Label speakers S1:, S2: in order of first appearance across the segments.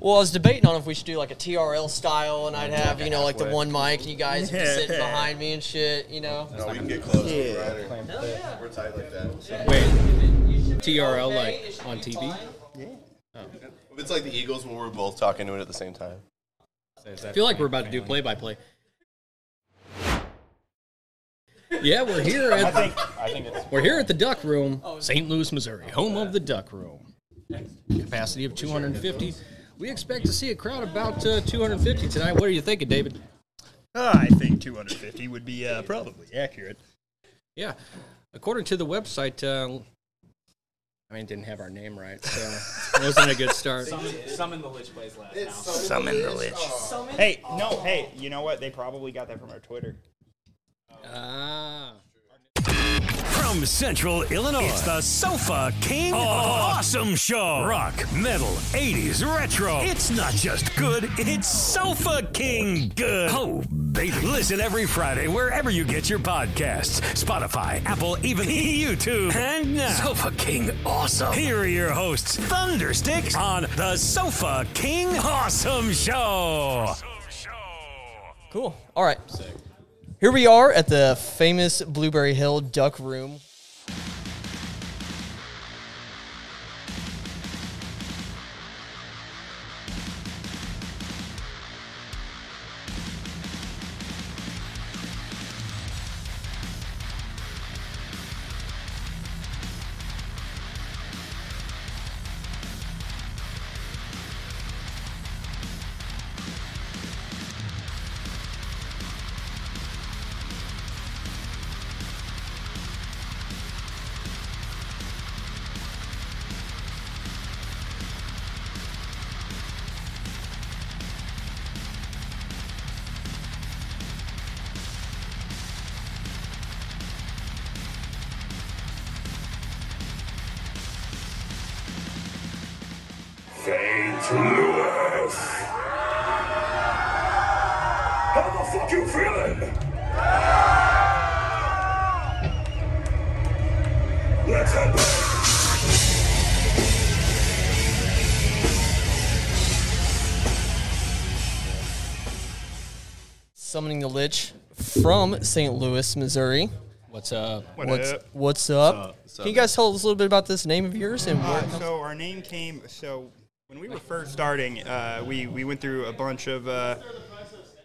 S1: Well, I was debating on if we should do like a TRL style, and I'd have you know like the
S2: halfway.
S1: one mic, and you guys would be sitting
S2: Yeah.
S1: behind me and shit. You know.
S3: No, we can get close.
S2: Yeah.
S3: Right We're tight like that.
S4: Wait, TRL like on TV?
S3: It's like the Eagles when we're both talking to it at the same time.
S4: I feel like we're about to do play by play. Yeah, we're here at the, we're here at the Duck Room, St. Louis, Missouri, home of the Duck Room. Capacity of 250. We expect to see a crowd about uh, 250 tonight. What are you thinking, David?
S2: Uh, I think 250 would be uh, probably accurate.
S4: Yeah, according to the website, uh, I mean, it didn't have our name right, so it wasn't a good start.
S5: Summon the Lich plays last now.
S2: Summon the lich. Hey, no, hey, you know what? They probably got that from our Twitter.
S4: Ah.
S6: From Central Illinois, it's the Sofa King Awesome Show. Rock, metal, 80s, retro. It's not just good, it's Sofa King good. Oh, baby. Listen every Friday wherever you get your podcasts Spotify, Apple, even YouTube. And now, Sofa King Awesome. Here are your hosts, Thundersticks, on the Sofa King Awesome Show.
S1: Cool. All right. Here we are at the famous Blueberry Hill Duck Room.
S7: St. Louis. How the fuck you feeling? Let's have
S1: Summoning the Lich from St. Louis, Missouri.
S4: What's up?
S1: What's what's up?
S3: What's up?
S1: Can you guys tell us a little bit about this name of yours and where?
S2: Uh, so our name came. So when we were first starting, uh, we we went through a bunch of uh,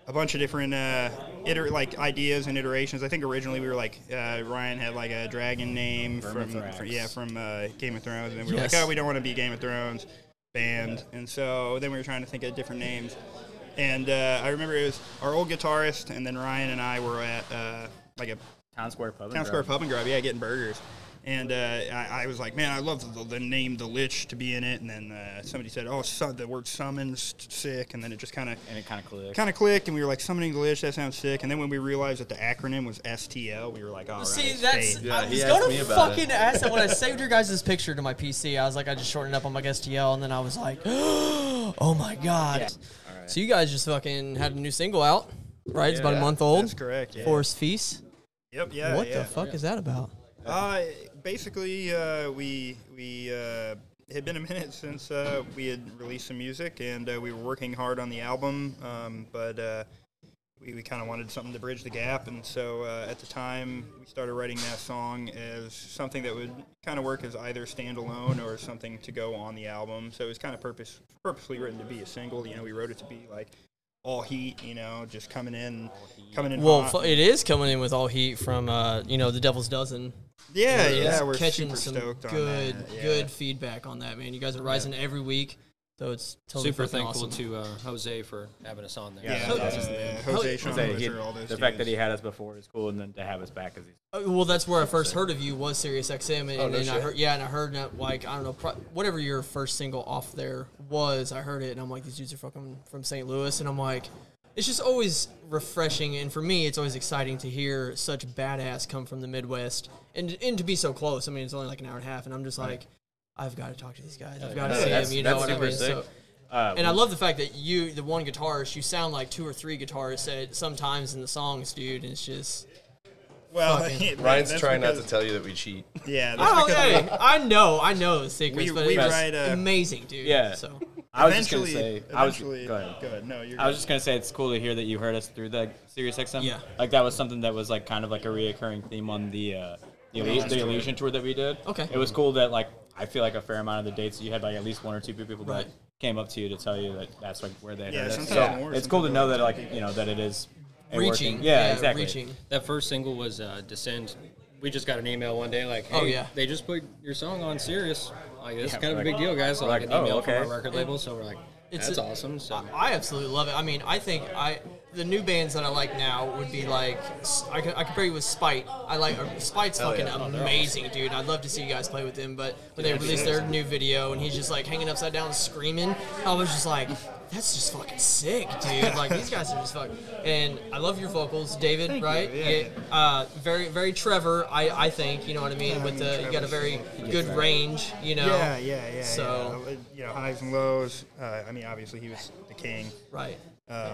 S2: a bunch of different uh, iter- like ideas and iterations. I think originally we were like uh, Ryan had like a dragon name from, from yeah from uh, Game of Thrones, and then we were
S1: Yes.
S2: like, oh, we don't want to be Game of Thrones band, and so then we were trying to think of different names. And uh, I remember it was our old guitarist, and then Ryan and I were at uh, like a
S5: Town Square Pub. and
S2: Town Square
S5: Grub.
S2: Pub and Grub, yeah, getting burgers. And uh, I, I was like, man, I love the, the name, the Lich, to be in it. And then uh, somebody said, oh, son, the word summons sick. And then it just kind of
S5: And it kind of clicked.
S2: kind of clicked, and we were like, summoning the Lich, that sounds sick. And then when we realized that the acronym was STL, we were like, all right,
S1: See, that's
S2: fade.
S3: Yeah,
S1: I
S3: he
S1: was
S3: asked
S1: gonna
S3: me about
S1: fucking ask that when I saved your guys' picture to my PC. I was like, I just shortened up on my STL, and then I was like, oh my god. So you guys just fucking had a new single out, right? it's about a month old.
S2: That's correct. Yeah.
S1: Forest Feast.
S2: Yep. Yeah.
S1: what
S2: yeah.
S1: the fuck is that about?
S2: Uh, basically, uh, we we uh, it had been a minute since uh, we had released some music, and uh, we were working hard on the album, um, but uh, we, we kind of wanted something to bridge the gap, and so uh, at the time we started writing that song as something that would kind of work as either standalone or something to go on the album. So it was kind of purpose purposely written to be a single. You know, we wrote it to be like all heat. You know, just coming in, coming in.
S1: Well,
S2: hot.
S1: fu- it is coming in with all heat from uh, you know the Devil's Dozen.
S2: yeah,
S1: It's
S2: yeah, we're
S1: catching
S2: super
S1: some
S2: stoked
S1: good,
S2: on that. yeah.
S1: good feedback on that, man. You guys are rising every week, so it's totally
S4: Super
S1: fucking
S4: thankful
S1: awesome.
S4: to uh, Jose for having us on there.
S2: Yeah,
S5: Ho-
S2: uh, Jose, Sean
S5: Say he-
S2: Butcher, all those
S5: the fact that
S2: dudes.
S5: he had us before is cool, and then to have us back is
S1: Uh, Well, that's where I first heard of you was Sirius XM, and,
S5: Oh,
S3: no
S1: then I
S3: shit.
S1: heard, yeah, and I heard that like I don't know, pro- whatever your first single off there was, I heard it, and I'm like, these dudes are fucking from St. Louis, and I'm like, it's just always refreshing, and for me, it's always exciting to hear such badass come from the Midwest, and and to be so close. I mean, it's only like an hour and a half, and I'm just like, I've got to talk to these guys, I've got to see
S5: that's-
S1: them, you know
S5: that's
S1: what I
S5: super
S1: mean?
S5: sick.
S1: So,
S5: Uh,
S1: and I love the fact that you, the one guitarist, you sound like two or three guitarists at sometimes in the songs, dude. And it's just,
S2: Well,
S1: Fucking-
S3: Ryan's trying not to tell you that we cheat.
S2: tell. Yeah, that's
S1: Oh, I,
S2: because
S1: don't, hey, I know, I know the secrets,
S2: We-
S1: but
S2: we
S1: it's
S2: write, uh,
S1: amazing, dude.
S5: Yeah.
S1: So
S5: I was just gonna
S2: eventually,
S5: say. I was,
S2: eventually,
S5: go ahead.
S2: go ahead. No, you're
S5: I was just gonna say it's cool to hear that you heard us through the Sirius XM.
S1: Yeah.
S5: Like that was something that was like kind of like a reoccurring theme on the uh, the, Elysian, the Elysian tour that we did.
S1: Okay.
S5: It was cool that like I feel like a fair amount of the dates you had like at least one or two people
S1: Right.
S5: that came up to you to tell you that that's like where they
S2: Yeah,
S5: heard us.
S2: sometimes more,
S5: it's cool to
S2: sometimes
S5: know that
S2: less.
S5: like you know that it is a
S1: reaching.
S5: working- Yeah, exactly.
S1: Reaching.
S4: That first single was uh, Descend. We just got an email one day like, hey,
S1: Oh, yeah.
S4: they just put your song on Sirius. Like, this
S5: Yeah,
S4: is kind of
S5: like-
S4: a big deal, guys. So,
S5: we're
S4: like,
S5: like,
S4: an email
S5: "Oh, okay."
S4: from our record label. So we're like,
S1: It's
S4: that's
S1: a-
S4: awesome. So
S1: I, I absolutely love it. I mean, I think I the new bands that I like now would be like s- I, co- I compare you with Spite. I like or Spite's fucking
S2: Oh,
S1: amazing, dude. I'd love to see you guys play with him. But when they released their new video and he's just like hanging upside down screaming, I was just like, that's just fucking sick, dude. Like these guys are just fucking. And I love your vocals, David. right?
S2: you, yeah.
S1: Uh, very very Trevor. I I think you know what I mean.
S2: Yeah, I
S1: with
S2: mean,
S1: the you got a
S2: Trevor's-
S1: very good range. You know.
S2: Yeah, yeah, yeah.
S1: So-
S2: yeah. Uh, you know, highs and lows. Uh, I mean, obviously he was the king,
S1: Right.
S2: um,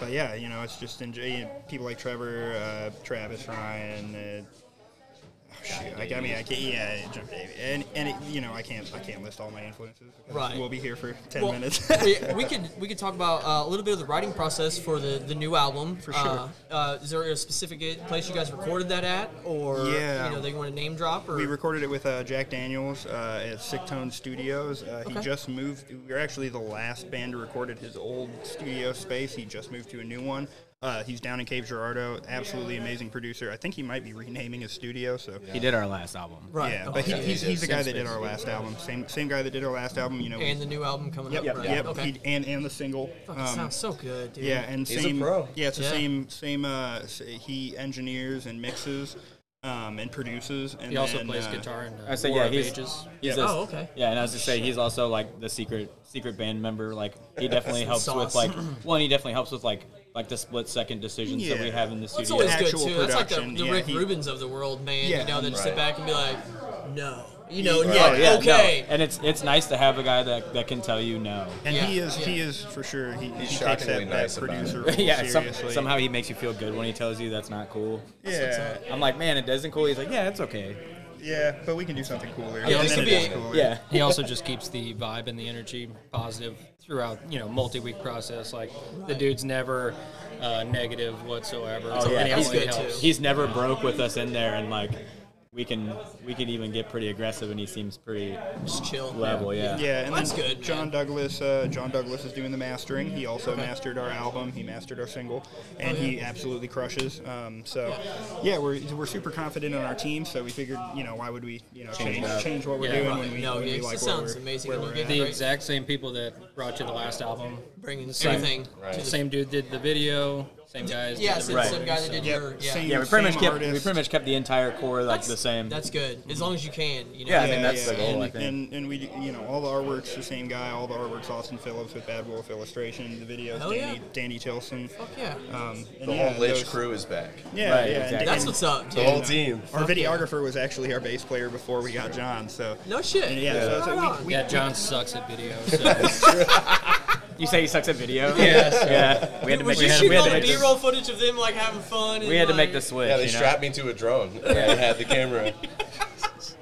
S2: but yeah, you know, it's just enjoy you know, people like Trevor, uh, Travis Ryan. Uh, oh, Shoot, I, I mean, I can't. Yeah, Jump David, and and it, you know, I can't. I can't list all my influences. because
S1: Right.
S2: We'll be here for ten
S1: Well,
S2: minutes.
S1: we, we could we could talk about uh, a little bit of the writing process for the, the new album. For
S2: sure.
S1: Uh, uh, is there a specific place you guys recorded that at, or
S2: Yeah.
S1: you know, they want to name drop? Or
S2: We recorded it with uh, Jack Daniels uh, at Sick Tone Studios. Uh, He
S1: Okay.
S2: just moved. We were actually the last band to record at his old studio space. He just moved to a new one. Uh, he's down in Cave Girardeau. Absolutely amazing producer. I think he might be renaming his studio. So
S5: He did our last album.
S1: right.
S2: yeah,
S1: Oh, okay.
S2: but he, he's, he's the guy that did our last album. Same same guy that did our last album. You know.
S1: and the new album coming
S2: yep.
S1: up. Right?
S2: Yep.
S1: Okay.
S2: he- and and the single.
S1: Fucking
S2: Um,
S1: sounds so good, dude.
S2: yeah, and
S8: He's a
S2: same.
S8: pro.
S2: Yeah, it's the
S1: Yeah.
S2: same. Same. Uh, s- he engineers and mixes, um, and produces. And
S4: he also
S2: then,
S4: plays
S2: uh,
S4: guitar and uh,
S5: I say
S4: War
S5: yeah,
S4: of
S5: he's,
S4: Ages.
S5: he's
S1: Yeah.
S5: a-
S1: Oh, okay.
S5: Yeah, and I was just say he's also like the secret secret band member. Like he definitely helps
S1: sauce.
S5: with like one. He definitely helps with like like the split second decisions that we
S2: Yeah.
S5: have in the
S1: Well, it's
S5: studio.
S1: always good too.
S2: Actual
S1: That's like the,
S2: production,
S1: the
S2: yeah,
S1: Rick
S2: he-
S1: Rubens of the world, man.
S2: Yeah.
S1: you know, they just sit
S8: Right.
S1: back and be like, no, you know,
S2: Yeah,
S1: no,
S2: yeah, yeah,
S1: okay.
S5: No, and it's it's nice to have a guy that, that can tell you no.
S2: And he
S1: Yeah,
S2: is
S1: yeah.
S2: he is for sure. He, he takes that,
S8: shockingly
S2: that
S8: nice about
S2: producer
S8: it.
S2: role
S5: yeah, some,
S2: seriously.
S5: somehow he makes you feel good when he tells you that's not cool.
S2: Yeah,
S5: I'm like, man, it doesn't cool. He's like, yeah, it's okay.
S2: yeah, but we can do something cooler.
S1: Yeah,
S2: And
S1: this
S2: then
S1: could
S2: it
S1: be
S2: is
S1: a-
S2: cooler.
S5: Yeah,
S4: he also just keeps the vibe and the energy positive throughout you know multi-week process like the dude's never uh, negative whatsoever oh,
S5: yeah,
S1: he's
S4: only
S1: good, too.
S4: helps.
S5: he's never broke with us in there, and like we can we can even get pretty aggressive, and he seems pretty
S1: Just chill.
S5: level. Yeah.
S2: yeah, and
S1: That's
S2: then
S1: good, man.
S2: John Douglas. Uh, John Douglas is doing the mastering. He also mastered our album. He mastered our single,
S1: Oh,
S2: and he absolutely crushes. Um, so, yeah, we're, we're super confident in our team. So we figured, you know, why would we, you know, change
S5: it up.
S2: change, what we're
S4: Yeah,
S2: doing
S1: right.
S2: when we,
S1: No,
S2: when
S1: yeah,
S2: we
S1: it
S2: like where
S1: sounds
S2: we're,
S1: amazing
S2: where
S1: and
S2: we're
S1: you're
S2: at.
S1: getting
S4: the exact same people that brought you the last album
S1: Bringing
S4: Same.
S1: everything. To the,
S4: same dude did the video same guys
S1: Yeah,
S4: did
S1: it's
S4: the
S1: the
S5: Right.
S1: same guy that did
S2: Yep,
S1: your. Yeah.
S2: same-
S5: Yeah, we pretty much
S2: Same
S5: kept we
S2: artist.
S5: pretty much kept the entire core like the same.
S1: That's good. As long as you can, you know.
S5: Yeah, I mean, that's the
S2: yeah.
S5: goal, I
S2: And,
S5: think.
S2: and and we you know all the artwork's the same guy. All the artwork's Austin Phillips with Bad Wolf Illustration. The videos
S1: Hell
S2: Danny
S1: yeah.
S2: Danny Tilson.
S1: Fuck yeah.
S2: Um, and
S8: The
S2: yeah,
S8: whole Lich
S2: those-
S8: crew is back.
S2: Yeah,
S5: Right,
S2: yeah.
S5: exactly.
S2: and-
S1: That's
S2: and
S1: what's up,
S8: The
S1: dude.
S8: whole team.
S2: Our videographer was actually our bass player before we got John. So
S1: No shit.
S2: And yeah, so it's
S1: Right
S2: like we-
S1: on.
S4: yeah john sucks at video so
S5: You say he sucks at video?
S4: yeah so-
S5: yeah. We had to
S1: Would
S5: make we
S1: you
S5: had, we
S1: shoot
S5: had
S1: all
S5: to
S1: the
S5: make
S1: B-roll
S5: this,
S1: footage of them like having fun? And,
S5: we had to
S1: like-
S5: make the switch.
S8: Yeah, they
S5: you know?
S8: strapped me to a drone. I had the camera.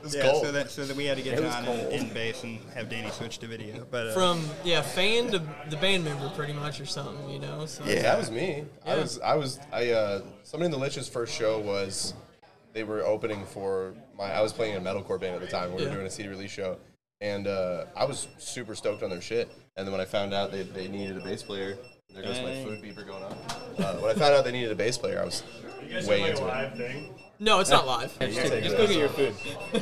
S8: It's
S2: yeah,
S8: cold.
S2: so that so that we had to get
S5: was
S2: John in, in bass and have Danny switch to video. But uh,
S1: From yeah, fan to the band member, pretty much, or something, you know. So
S8: yeah, that was me. I
S1: Yeah.
S8: was, I was, I. Uh, somebody in the Lich's first show was, they were opening for my. I was playing in a metalcore band at the time. We were
S1: Yeah.
S8: doing a CD release show, and uh, I was super stoked on their shit. And then when I found out they, they needed a bass player, there goes my food beeper going on. Uh, when I found out they needed a bass player, I was way into it.
S1: no, it's not live.
S8: Just go get your food. yeah, I'm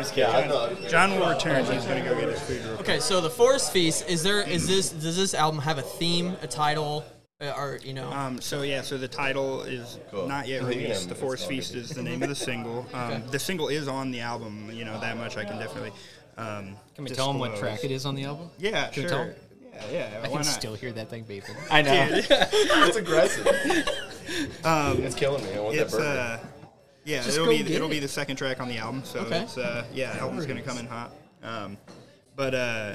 S8: just kidding. Yeah, I know.
S2: John will return. He's gonna go get his food. Real
S1: Okay, so the Forest Feast is there? Is this does this album have a theme, a title, uh, or you know?
S2: Um, so yeah, so the title is
S8: Cool.
S2: not yet
S8: Leave it
S2: released.
S8: in.
S2: the
S8: It's
S2: Forest
S8: not
S2: Feast
S8: released.
S2: is the name of the single. Um,
S1: Okay.
S2: The single is on the album. You know that much I can definitely. Um,
S4: can we tell him what
S2: disclose.
S4: track it is on the album
S2: Yeah,
S4: Can we
S2: sure.
S4: tell 'em?
S2: Yeah, yeah.
S4: i
S2: why
S4: can
S2: not?
S4: still hear that thing beeping
S5: I know.
S8: It's aggressive.
S2: Um,
S8: It's killing me. I want that
S2: it's
S8: burger.
S2: uh, yeah.
S4: Just
S2: it'll
S4: go
S2: be
S4: get
S2: it'll
S4: it.
S2: be the second track on the album. So
S1: Okay.
S2: it's uh, yeah, album's gonna come in hot. Um, but uh,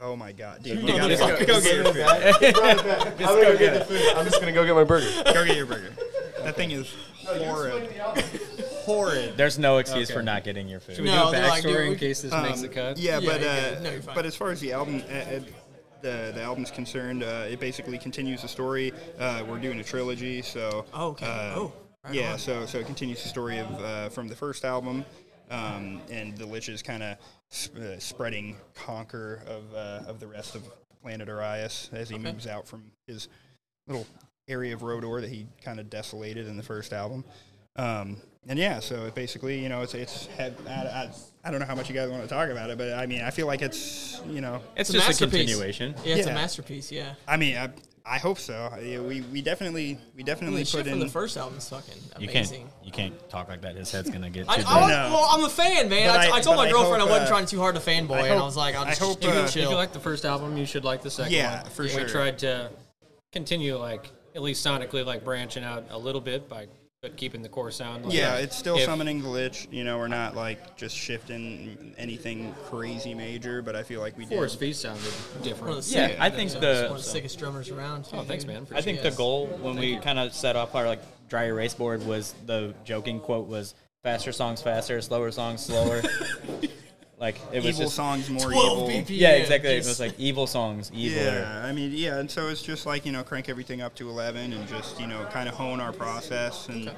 S2: oh my god, dude, you gotta go, go get your food.
S8: I'm gonna go get the food. I'm just gonna go get my burger.
S2: Go get your burger. That thing is horrible. horrid.
S5: There's no excuse
S4: Okay.
S5: for not getting your food.
S4: we
S2: Oh,
S1: No,
S4: do a
S1: they're like,
S4: backstory
S1: dude,
S4: in
S1: we-
S4: case this
S2: um,
S4: makes the cut?
S2: Yeah,
S1: Yeah,
S2: but
S1: yeah,
S2: uh,
S1: no, you're fine.
S2: but as far as the album, uh, uh, the the album's concerned, uh, it basically continues the story. Uh, we're doing a trilogy, so
S1: Oh, okay.
S2: uh,
S1: Oh, right
S2: yeah,
S1: on.
S2: so so it continues the story of uh, from the first album, um, and the Lich is kind of sp- uh, spreading conquer of uh, of the rest of planet Arias as he moves out from his little area of Rodor that he kind of desolated in the first album. Um, and yeah, so it basically, you know, it's it's. I, I, I don't know how much you guys want to talk about it, but I mean, I feel like it's, you know,
S5: It's,
S1: a
S5: just a
S1: masterpiece.
S5: continuation.
S1: Yeah, it's a
S2: Yeah.
S1: masterpiece. Yeah,
S2: I mean, I, I hope so. I- yeah, we we definitely we definitely
S1: the
S2: put
S1: shit
S2: in
S1: from the first album's fucking
S5: You can't.
S1: amazing.
S5: You can't talk like that. His head's gonna get.
S1: I,
S5: too
S1: I
S5: big.
S1: was,
S2: No.
S1: well, I'm a fan, man.
S2: But
S1: I,
S2: I-
S1: I told
S2: but
S1: my
S2: I
S1: girlfriend
S2: hope,
S1: I wasn't
S2: uh,
S1: trying too hard to fanboy,
S2: I
S1: and I
S2: hope-
S1: was like, I'll
S2: I
S1: just
S2: hope,
S1: keep it
S2: uh,
S4: If you
S1: chill.
S4: like the first album, you should like the second
S2: Yeah,
S4: one.
S2: for
S4: we
S2: sure.
S4: tried to continue, like, at least sonically, like, branching out a little bit by but keeping the core sound. Like,
S2: Yeah, it's still
S4: if-
S2: summoning the lich. You know, we're not like just shifting anything crazy major, but I feel like we did.
S4: Forest V sounded
S1: One of
S4: different.
S1: the
S5: Yeah,
S1: sick-
S5: I think
S1: one
S5: the-
S1: of the sickest drummers around. too,
S4: Oh, thanks,
S1: dude.
S4: man.
S5: I think
S1: Yes.
S5: the goal when we kind of set off our like dry erase board was the joking quote was faster songs faster, slower songs slower. like it was
S2: Evil
S5: just
S2: songs more
S1: 12
S2: evil.
S1: BPM.
S5: yeah, exactly. It was
S1: just-
S5: like evil songs, evil.
S2: Yeah, I mean, yeah, and so it's just like you know, crank everything up to eleven, and just you know, kind of hone our process, and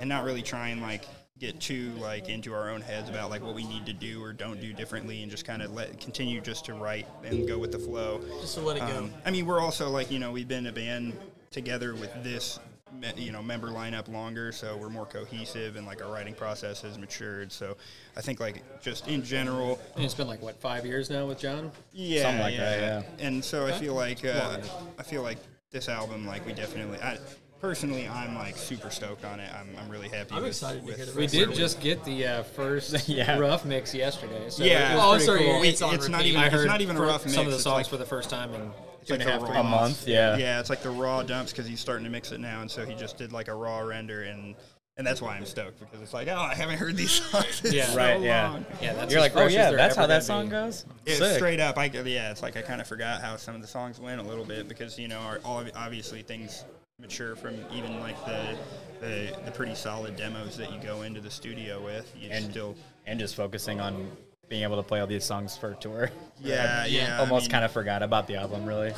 S2: and not really try and like get too like into our own heads about like what we need to do or don't do differently, and just kind of let continue just to write and go with the flow.
S1: just to let it go.
S2: Um, I mean, we're also like you know, we've been a band together with this me- you know member lineup longer, so we're more cohesive, and like our writing process has matured. So I think like just in general,
S4: And it's been, like, what, five years now with John?
S2: yeah,
S5: Something like that, yeah.
S2: And so I feel like uh, I feel like this album, like we definitely, I personally, I'm like super stoked on it. I'm, I'm really happy.
S1: I'm
S2: with,
S1: excited to
S2: with-
S1: hear the
S4: We
S1: rest of
S4: did
S1: it.
S4: just get the uh, first
S5: Yeah.
S4: rough mix yesterday. So
S2: Yeah.
S4: it was
S2: Oh,
S4: pretty
S1: sorry,
S4: cool.
S1: yeah,
S2: It- it's,
S1: on
S2: not
S1: repeat.
S2: even.
S4: I
S2: it's
S4: heard
S2: not even a
S4: for-
S2: rough mix.
S4: some of the
S2: it's
S4: songs
S2: like,
S4: for the first time in
S2: it's
S4: two and
S2: like
S4: a half,
S2: the
S4: three
S2: raw-
S5: A month, yeah.
S2: Yeah, it's like the raw dumps because he's starting to mix it now, and so he just did like a raw render, and and that's why I'm stoked because it's like, oh, I haven't heard these songs. in
S4: Yeah.
S2: so
S5: Right, yeah.
S2: long.
S4: Yeah, that's
S5: You're
S4: as
S5: like,
S4: fresh
S5: oh
S4: as
S5: yeah,
S4: they're
S5: that's how
S4: ever
S5: that
S4: gonna
S5: song
S4: be.
S5: goes.
S2: Yeah,
S5: Sick.
S2: straight up, I yeah, it's like I kind of forgot how some of the songs went a little bit because you know, our, all obviously things mature from even like the, the the pretty solid demos that you go into the studio with. You
S5: And-
S2: still,
S5: and just focusing on being able to play all these songs for a tour.
S2: yeah, yeah,
S5: Almost kind of forgot about the album, really.
S2: of,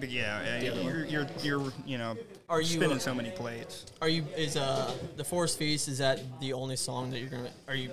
S2: but yeah, yeah, you're, you're you're you know,
S1: Are you,
S2: spinning
S1: uh,
S2: so many plates.
S1: Are you is uh the Forest Feast? Is that the only song that you're gonna? Are you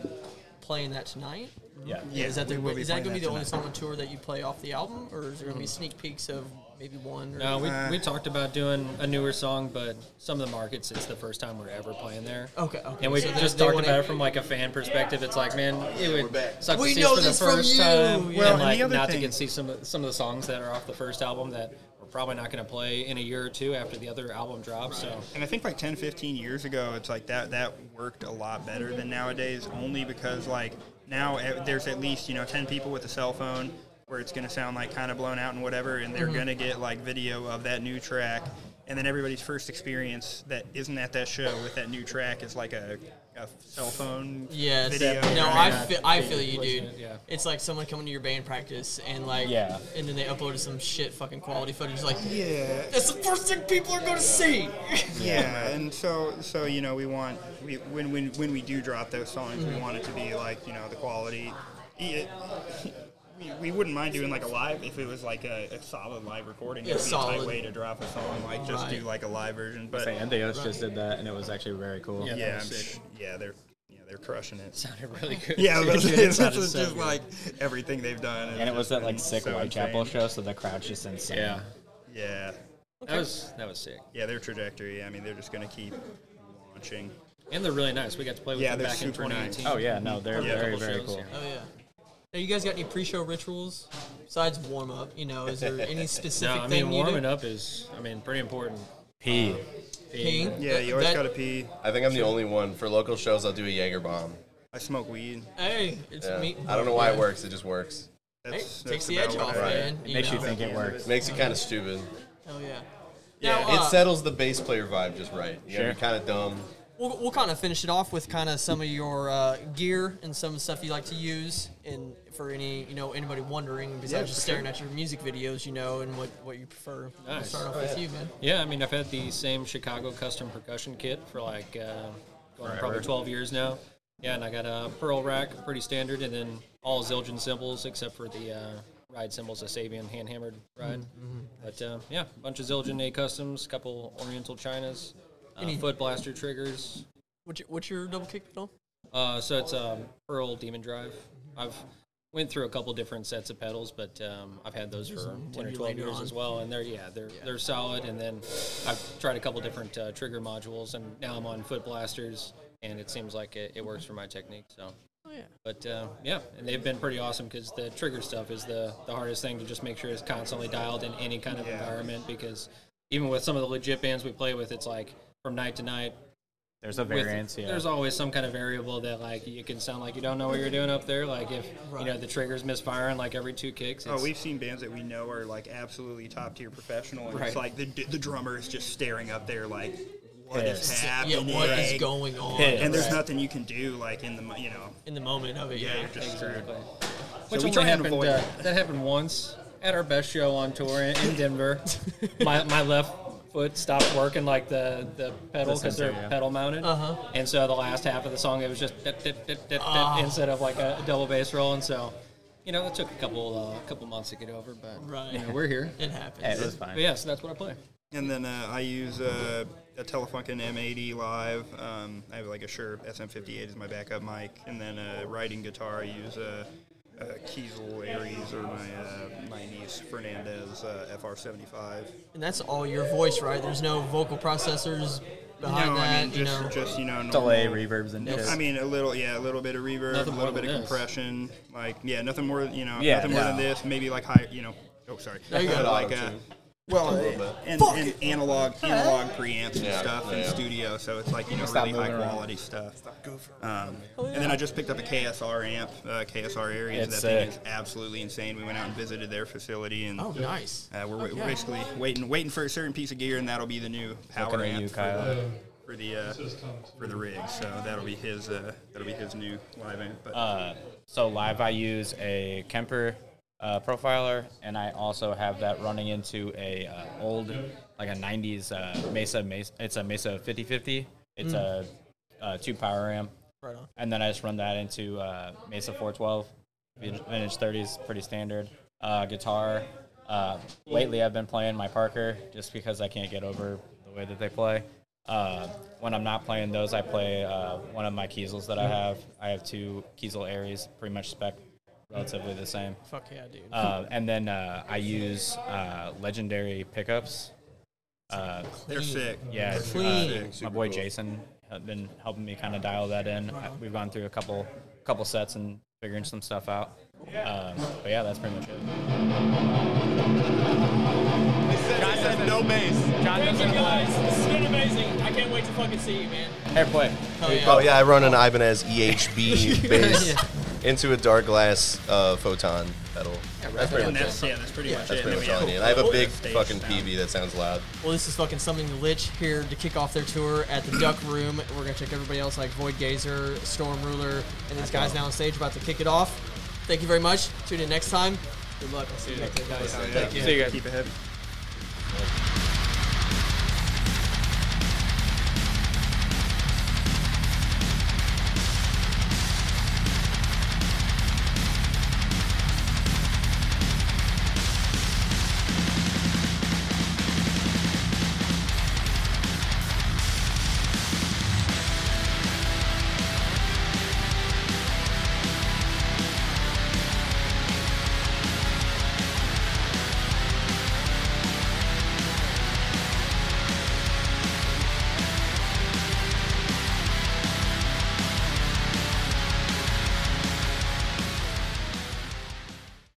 S1: playing that tonight?
S5: Yeah.
S2: Yeah,
S1: is that the,
S2: we will be
S1: is that
S2: playing
S1: gonna be
S2: that
S1: the only
S2: tonight. Mm-hmm.
S1: song on tour that you play off the album, or is there gonna be sneak peeks of maybe one? Or
S4: No, Uh, we,
S2: Uh,
S4: we talked about doing a newer song, but some of the markets it's the first time we're ever playing there.
S1: Okay, okay.
S4: And we
S1: So they-
S4: just
S1: they
S4: talked
S1: wanna-
S4: about it from like a fan perspective. It's like, man, it would suck
S1: We
S4: to see
S1: know
S4: it for the
S1: this from
S4: first
S1: you.
S4: time,
S1: Well,
S4: and
S2: and
S4: like
S2: the other
S4: not to
S2: thing-
S4: get to see some of, some of the songs that are off the first album that we're probably not going to play in a year or two after the other album drops. So
S2: And I think like 10, 15 years ago, it's like that that worked a lot better than nowadays, only because like now eh, there's at least you know ten people with a cell phone where it's gonna sound like kind of blown out and whatever, and
S1: Mm-hmm.
S2: they're gonna get like video of that new track, and then everybody's first experience that isn't at that show with that new track is like a, a cell phone
S1: Yes.
S2: video.
S1: No,
S2: right?
S1: I feel, I feel you, dude.
S4: it, yeah.
S1: It's like someone coming to your band practice and like,
S5: Yeah.
S1: and then they uploaded some shit fucking quality footage. Like,
S2: yeah.
S1: that's the first thing people are gonna see.
S2: Yeah, and so so you know we want we, when when when we do drop those songs, we want it to be like you know the quality. E, It, we, we wouldn't mind doing like a live if it was like a, a solid live recording.
S1: Yeah,
S2: It'd be a tight
S1: solid.
S2: way to drop a song, like just do
S1: Right.
S2: like a live version. But
S5: Say, NDOS just did that, and it was actually very cool.
S4: Yeah.
S2: yeah,
S4: that
S2: I'm
S4: was
S2: sh- yeah, they're yeah they're crushing it.
S4: sounded really good.
S2: Yeah,
S4: too,
S2: but
S4: dude.
S2: it's
S4: Sounded
S2: just,
S4: so
S2: just
S4: good.
S2: like everything they've done,
S5: And it was that like
S2: It's
S5: sick
S2: so
S5: Whitechapel
S2: insane.
S5: show, so the crowd's just insane.
S4: yeah,
S2: Yeah,
S4: that was that was sick.
S2: yeah, their trajectory. I mean, they're just gonna keep launching.
S4: And they're really nice. We got to play with
S2: Yeah,
S4: them
S2: they're
S4: back in
S2: super nice.
S4: 2018.
S5: Oh yeah, no, they're
S2: Yeah.
S5: very
S4: Couple
S5: very
S4: shows,
S5: cool.
S4: yeah.
S1: Oh yeah. Now, you guys got any pre-show rituals besides warm up? You know, is there any
S4: No,
S1: specific
S4: I
S1: thing
S4: mean
S1: you
S4: warming
S1: do?
S4: up is, I mean, pretty important.
S5: P.
S1: Peeing?
S2: Yeah, you always
S1: That-
S2: gotta pee.
S8: I think I'm the only one for local shows. I'll do a Jaeger bomb.
S2: I smoke weed.
S1: Hey, it's
S8: Yeah.
S1: me.
S8: I don't know why it works. It just works.
S1: Hey,
S2: That's,
S1: takes
S2: that's
S1: the
S2: about
S1: edge
S2: what
S1: off,
S2: I-
S1: man.
S5: It makes you
S1: know?
S5: think it works.
S8: Makes it kind of stupid.
S1: Hell yeah.
S2: Yeah.
S1: Now,
S8: It
S1: uh,
S8: settles the bass player vibe just right. You
S5: Sure.
S8: sure. kind of dumb.
S1: We'll, we'll kind of finish it off with kind of some of your uh, gear and some stuff you like to use, and for any you know anybody wondering besides
S8: Yeah,
S1: just
S8: for
S1: staring at your music videos, you know, and what, what you prefer. We'll
S4: Nice.
S1: start off with you, man.
S4: Yeah, I mean, I've had the same Chicago custom percussion kit for like uh, going on probably 12 years now. Yeah, and I got a Pearl rack, pretty standard, and then all Zildjian symbols except for the uh, ride symbols, a Sabian hand hammered ride. But uh, yeah, bunch of Zildjian A customs, couple Oriental Chinas, uh, foot blaster triggers.
S1: What's your, what's your double kick pedal?
S4: Uh, so it's um, Pearl Demon Drive. I've went through a couple different sets of pedals, but um, I've had those for ten or
S1: you
S4: twelve
S1: later
S4: years
S1: on.
S4: as well, and they're yeah they're they're solid. And then I've tried a couple different uh, trigger modules, and now I'm on foot blasters, and it seems like it, it works for my technique. So. But uh, yeah, and they've been pretty awesome because the trigger stuff is the, the hardest thing to just make sure it's constantly dialed in any kind of environment because even with some of the legit bands we play with, it's like from night to night,
S5: There's a
S4: with-
S5: variance. Yeah.
S4: There's always some kind of variable that like you can sound like you don't know what you're doing up there. Like if you know the trigger's misfiring like every two kicks.
S2: Oh,
S4: it's-
S2: we've seen bands that we know are like absolutely top tier professional, and
S4: Right.
S2: it's like the the drummer is just staring up there, like what is
S5: Pissed.
S1: Yeah,
S2: happening?
S1: what is going on
S5: Pissed.
S2: And there's nothing you can do, like in the mo- you know,
S1: in the moment of it?
S2: yeah,
S1: Yeah,
S2: you're just screwed.
S4: Exactly. Which
S2: we
S4: only
S2: try and
S4: happened.
S2: avoid
S4: uh,
S2: that.
S4: that happened once at our best show on tour in, in Denver. my my left foot stopped working like the the pedal because they're
S5: sensor, yeah.
S4: pedal mounted. Uh-huh. And so the last half of the song it was just dip, dip, dip, dip, dip, instead of like a double bass roll, and so. You know, that took a couple uh, couple months to get over, but
S1: Right.
S4: you know, we're here.
S1: it happens.
S5: Yeah, it was
S4: But
S5: fine.
S4: yeah, so that's what I play.
S2: And then uh, I use uh, a Telefunken M80 Live. Um, I have like a Shure SM58 as my backup mic, and then uh, riding guitar I use a, a Kiesel Aries or my uh, my niece Fernandez uh, FR75.
S1: And that's all your voice, right? There's no vocal processors behind
S2: no,
S1: that.
S2: I mean
S1: you
S2: just
S1: know,
S2: just you know normal,
S5: Delay, reverbs, and shit.
S2: I mean, a little, yeah, a little bit of reverb,
S4: Nothing
S2: a
S4: more
S2: little bit
S4: than
S2: of
S4: this.
S2: compression, like yeah, nothing more, you know,
S5: Yeah,
S2: nothing more than
S5: no.
S2: this. Maybe like high, you know. Oh, sorry.
S1: you
S2: Uh,
S1: go.
S2: like uh,
S8: Auto-tune.
S2: well,
S8: bit.
S2: and, and analog analog preamps and
S8: Yeah,
S2: stuff in
S8: yeah.
S2: studio, so it's like you know
S5: Stop
S2: really high
S5: moving around.
S2: quality stuff. Um, and then I just picked up a KSR amp, uh, KSR Aries. that
S5: It's
S2: thing
S5: sick.
S2: is absolutely insane. We went out and visited their facility, and
S1: oh, nice.
S2: uh, we're,
S1: Okay.
S2: we're basically waiting waiting for a certain piece of gear, and that'll be the new power
S5: Looking at
S2: amp
S5: you,
S2: for
S5: Kyle.
S2: the for the uh, for the rig. So that'll be his uh, that'll be his new live amp. But
S5: So live, I use a Kemper uh, profiler, and I also have that running into a uh, old, like a '90s uh, Mesa, Mesa. It's a Mesa 5050. It's a uh, two power amp,
S1: Right on.
S5: and then I just run that into uh, Mesa 412, vin- vintage 30s, pretty standard. Uh, guitar. Uh, lately, I've been playing my Parker just because I can't get over the way that they play. Uh, when I'm not playing those, I play uh, one of my Kiesels that I have. I have two Kiesel Aries, pretty much spec relatively the same.
S1: Fuck yeah, dude.
S5: Uh, and then uh, I use uh, legendary pickups. Uh,
S2: they're sick.
S5: yeah, it's, uh,
S1: Clean.
S5: my boy Jason has been helping me kind of dial that in. I, we've gone through a couple couple sets and figuring some stuff out. Um, but yeah, that's pretty much it.
S3: John said no bass.
S5: John,
S1: Thank you guys. This has been amazing. I can't wait to fucking see you, man.
S5: Hey, play.
S1: Hell yeah.
S8: Oh yeah, I run an Ibanez EHB bass into a dark glass uh, photon pedal. That's pretty
S2: And
S8: much it.
S2: that's yeah, that's pretty much
S8: That's
S2: it. And
S8: pretty
S2: then
S8: much all
S2: we
S8: I need.
S2: have
S8: I have a
S2: whole
S8: big
S2: stage
S8: fucking
S2: sound.
S8: PV that sounds loud.
S1: Well, this is fucking something to lich here to kick off their tour at the Duck Room. We're gonna check everybody else like Void Gazer, Storm Ruler, and these guys now on stage about to kick it off. Thank you very much. Tune in next time. Good luck. I'll see you next time, guys. Thank you.
S2: Keep it heavy.